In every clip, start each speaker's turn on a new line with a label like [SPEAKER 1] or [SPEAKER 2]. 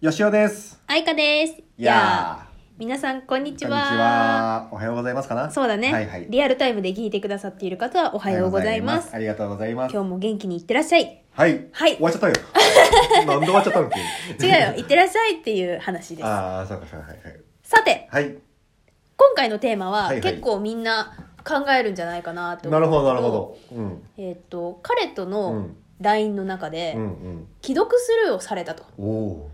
[SPEAKER 1] よしおです。
[SPEAKER 2] あいかです。
[SPEAKER 1] や
[SPEAKER 2] ー。皆さん、こんにち
[SPEAKER 1] こん
[SPEAKER 2] は。
[SPEAKER 1] にちは。おはようございますかな。
[SPEAKER 2] そうだね、
[SPEAKER 1] はいはい。
[SPEAKER 2] リアルタイムで聞いてくださっている方はおはようございます。
[SPEAKER 1] ありがとうございます。
[SPEAKER 2] 今日も元気にいってらっしゃい。
[SPEAKER 1] はい。
[SPEAKER 2] はい
[SPEAKER 1] 終わっちゃ ったよ。なんで終わっちゃったのっ
[SPEAKER 2] 違うよ、いってらっしゃいっていう話です。
[SPEAKER 1] ああ、そうかそうか。はいはい。
[SPEAKER 2] さて、
[SPEAKER 1] はい。
[SPEAKER 2] 今回のテーマは
[SPEAKER 1] はいはい
[SPEAKER 2] 結構みんな考えるんじゃないかなと思
[SPEAKER 1] な
[SPEAKER 2] う
[SPEAKER 1] るほどなるほど。うん。
[SPEAKER 2] えーっ、と、彼と
[SPEAKER 1] う
[SPEAKER 2] の
[SPEAKER 1] ん
[SPEAKER 2] LINE の中で、
[SPEAKER 1] うんうん。
[SPEAKER 2] 既読スルーをされたと。
[SPEAKER 1] おお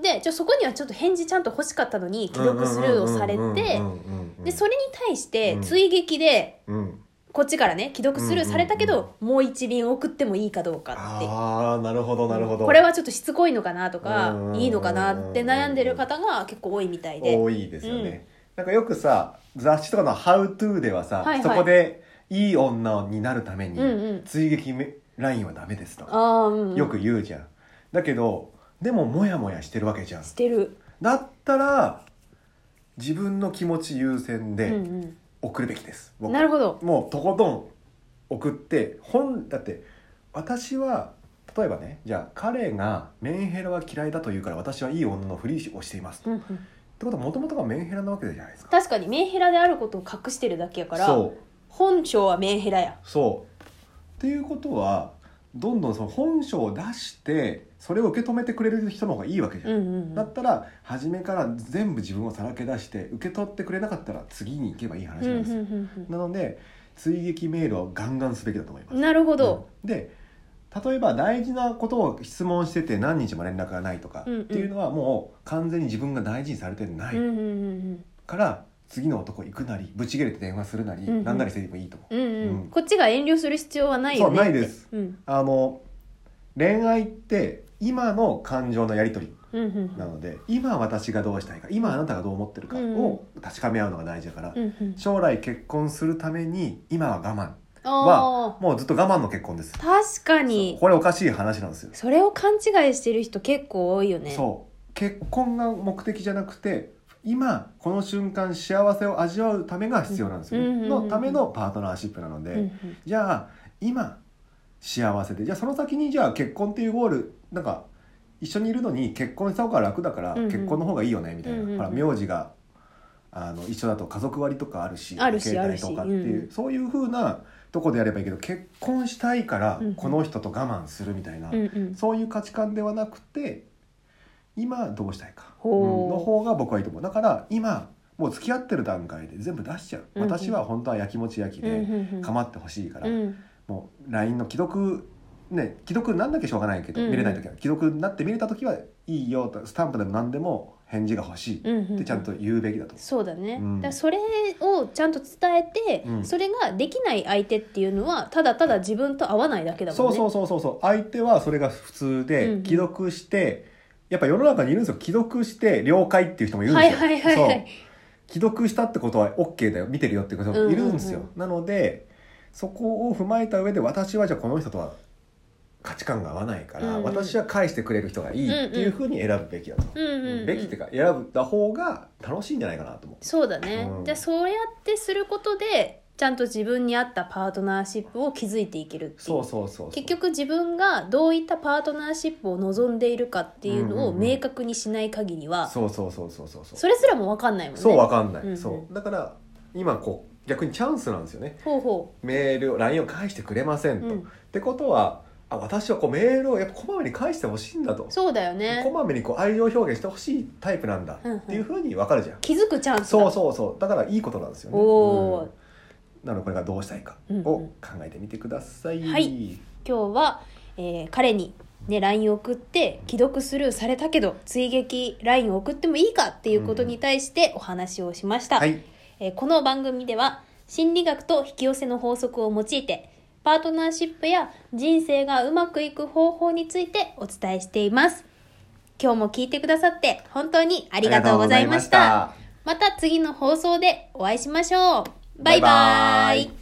[SPEAKER 2] で、じゃあそこにはちょっと返事ちゃんと欲しかったのに、
[SPEAKER 1] ー。
[SPEAKER 2] 既読スルーをされ
[SPEAKER 1] うんうん
[SPEAKER 2] て
[SPEAKER 1] う、んうんうん。
[SPEAKER 2] で、それに対して
[SPEAKER 1] うん
[SPEAKER 2] 追撃で、
[SPEAKER 1] うん。
[SPEAKER 2] こっちからね既読スルーされたけど、
[SPEAKER 1] うんうん
[SPEAKER 2] もう一便送ってもいいかどうかって
[SPEAKER 1] ああ、なるほどなるほど。
[SPEAKER 2] これはちょっとしつこいのかなとか、
[SPEAKER 1] うんうんうんうん
[SPEAKER 2] いいのかなって悩んでる方が結構多いみたいで、
[SPEAKER 1] 多いですよね。なんかよくさ、雑誌とかの How to ではさ
[SPEAKER 2] はいは、い
[SPEAKER 1] そこでいい女になるために
[SPEAKER 2] うんうん
[SPEAKER 1] 追撃めラインはダメですとか。
[SPEAKER 2] あーうんうん
[SPEAKER 1] よく言うじゃん、だけどでもモヤモヤしてるわけじゃん
[SPEAKER 2] してる、
[SPEAKER 1] だったら自分の気持ち優先
[SPEAKER 2] うん
[SPEAKER 1] で送るべきです、
[SPEAKER 2] うん、
[SPEAKER 1] 僕
[SPEAKER 2] なるほど
[SPEAKER 1] もうとことん送って本だって私は例えばねじゃあ彼がメンヘラは嫌いだというから私はいい女のふりをしています、
[SPEAKER 2] うん
[SPEAKER 1] っ
[SPEAKER 2] うん
[SPEAKER 1] てことはもともとがメンヘラなわけじゃないですか
[SPEAKER 2] 確かにメンヘラであることを隠してるだけやから
[SPEAKER 1] そう
[SPEAKER 2] 本性はメンヘラや
[SPEAKER 1] そうっていうことはどんどんその本性を出してそれを受け止めてくれる人の方がいいわけじゃ
[SPEAKER 2] うんうんう
[SPEAKER 1] だ
[SPEAKER 2] ん
[SPEAKER 1] ったら初めから全部自分をさらけ出して受け取ってくれなかったら次に行けばいい話
[SPEAKER 2] うんう
[SPEAKER 1] なん
[SPEAKER 2] ん
[SPEAKER 1] ですよ、
[SPEAKER 2] うん
[SPEAKER 1] なので追撃メールはガンガンすべきだと思いま
[SPEAKER 2] う
[SPEAKER 1] す
[SPEAKER 2] んなるほど、
[SPEAKER 1] うんで例えば大事なことを質問してて何日も連絡がないとか
[SPEAKER 2] うんうん
[SPEAKER 1] っていうのはもう完全に自分が大事にされてない
[SPEAKER 2] うんうんうん
[SPEAKER 1] から次の男行くなりブチ切れて電話するなり
[SPEAKER 2] うんうん
[SPEAKER 1] 何なりしてもいいと思う
[SPEAKER 2] うんうん
[SPEAKER 1] うん
[SPEAKER 2] こっちが遠慮する必要はないよね
[SPEAKER 1] そうないです
[SPEAKER 2] ってうん
[SPEAKER 1] あの恋愛って今の感情のやり取り
[SPEAKER 2] うんうんうん
[SPEAKER 1] なので今私がどうしたいか今あなたがどう思ってるかを確かめ合うのが大事だから、
[SPEAKER 2] うんうん
[SPEAKER 1] 将来結婚するために今は我慢
[SPEAKER 2] あ
[SPEAKER 1] もうずっと我慢の結婚です
[SPEAKER 2] ー確かに
[SPEAKER 1] これおかしい話なんですよ、
[SPEAKER 2] それを勘違いしてる人結構多いよね
[SPEAKER 1] そう結婚が目的じゃなくて今この瞬間幸せを味わうためが必要なんですよね、
[SPEAKER 2] うんうんうんうん
[SPEAKER 1] のためのパートナーシップなので、
[SPEAKER 2] うん
[SPEAKER 1] じゃあ今幸せでじゃあその先にじゃあ結婚っていうゴールなんか一緒にいるのに結婚した方が楽だから
[SPEAKER 2] うんうん
[SPEAKER 1] 結婚の方がいいよねみたいな、
[SPEAKER 2] うんうんうん
[SPEAKER 1] ほら名字があの一緒だと家族割とかあるし
[SPEAKER 2] あるし
[SPEAKER 1] 携帯とかっていう
[SPEAKER 2] あ、るしうん
[SPEAKER 1] そういうふうなとこでやればいいけど結婚したいから
[SPEAKER 2] うんうん
[SPEAKER 1] この人と我慢するみたいな、
[SPEAKER 2] うんうん
[SPEAKER 1] そういう価値観ではなくて今どうしたいか、
[SPEAKER 2] ほう
[SPEAKER 1] うんの方が僕はいいと思うだから今もう付き合ってる段階で全部出しちゃう、
[SPEAKER 2] うんうん
[SPEAKER 1] 私は本当はやきもち焼き
[SPEAKER 2] うん
[SPEAKER 1] で
[SPEAKER 2] うんうん
[SPEAKER 1] 構ってほしいから、
[SPEAKER 2] うん
[SPEAKER 1] もう LINE の既読ね既読なんだっけしょうがないけど、
[SPEAKER 2] うんうん
[SPEAKER 1] 見れない時は既読になって見れた時はいいよとスタンプでも何でも返事が欲しい
[SPEAKER 2] うんうんう
[SPEAKER 1] っ
[SPEAKER 2] ん
[SPEAKER 1] てちゃんと言うべきだと、
[SPEAKER 2] そうだね、
[SPEAKER 1] うん
[SPEAKER 2] だからそれをちゃんと伝えて、
[SPEAKER 1] うん
[SPEAKER 2] それができない相手っていうのはただただ自分と合わないだけだもん
[SPEAKER 1] そう
[SPEAKER 2] ね
[SPEAKER 1] そうそうそうそう相手はそれが普通で、
[SPEAKER 2] うんうん
[SPEAKER 1] 既読してやっぱ世の中にいるんですよ既読して了解っていう人もいるんですよ、
[SPEAKER 2] はいはいはいはい
[SPEAKER 1] そう既読したってことは OK だよ見てるよっていうこともいるんですよ、
[SPEAKER 2] うんうん
[SPEAKER 1] なのでそこを踏まえた上で私はじゃあこの人とは価値観が合わないから、
[SPEAKER 2] うんうん
[SPEAKER 1] 私は返してくれる人がいいっていうふうに選ぶべきだと、
[SPEAKER 2] うんうんうん
[SPEAKER 1] べきっていうか選ぶた方が楽しいんじゃないかなと思う
[SPEAKER 2] そうだね、
[SPEAKER 1] うん
[SPEAKER 2] じゃあそうやってすることでちゃんと自分に合ったパートナーシップを築いていけるっていう
[SPEAKER 1] そうそうそうそう
[SPEAKER 2] 結局自分がどういったパートナーシップを望んでいるかっていうのを
[SPEAKER 1] うんうんうん
[SPEAKER 2] 明確にしない限りは、
[SPEAKER 1] そうそうそうそうそうそう
[SPEAKER 2] それすらも分かんないもんね
[SPEAKER 1] そうわかんない、
[SPEAKER 2] うんうん
[SPEAKER 1] そうだから今こう逆にチャンスなんですよね
[SPEAKER 2] ほうほ
[SPEAKER 1] メールを LINE を返してくれませんと、
[SPEAKER 2] うん
[SPEAKER 1] ってことはあ私はこうメールをやっぱこまめに返してほしいんだと
[SPEAKER 2] うそうだよ
[SPEAKER 1] こ
[SPEAKER 2] ね
[SPEAKER 1] まめにこう愛情表現してほしいタイプなんだ
[SPEAKER 2] うんうん
[SPEAKER 1] っていうふうにわかるじゃん、
[SPEAKER 2] 気づくチャンスだ
[SPEAKER 1] そうそうそうだからいいことなんですよね
[SPEAKER 2] おー
[SPEAKER 1] うんなのでこれがどうしたいか
[SPEAKER 2] うんうん
[SPEAKER 1] を考えてみてください、
[SPEAKER 2] はい今日は、えー彼にね LINE を送って既読スルーされたけど追撃 LINE を送ってもいいかっていうことに対してお話をしました、
[SPEAKER 1] はい
[SPEAKER 2] えーこの番組では心理学と引き寄せの法則を用いてパートナーシップや人生がうまくいく方法についてお伝えしています今日も聞いてくださって本当にありがとうございましたまた次の放送でお会いしましょうバイバ
[SPEAKER 1] バイバ
[SPEAKER 2] イ
[SPEAKER 1] イ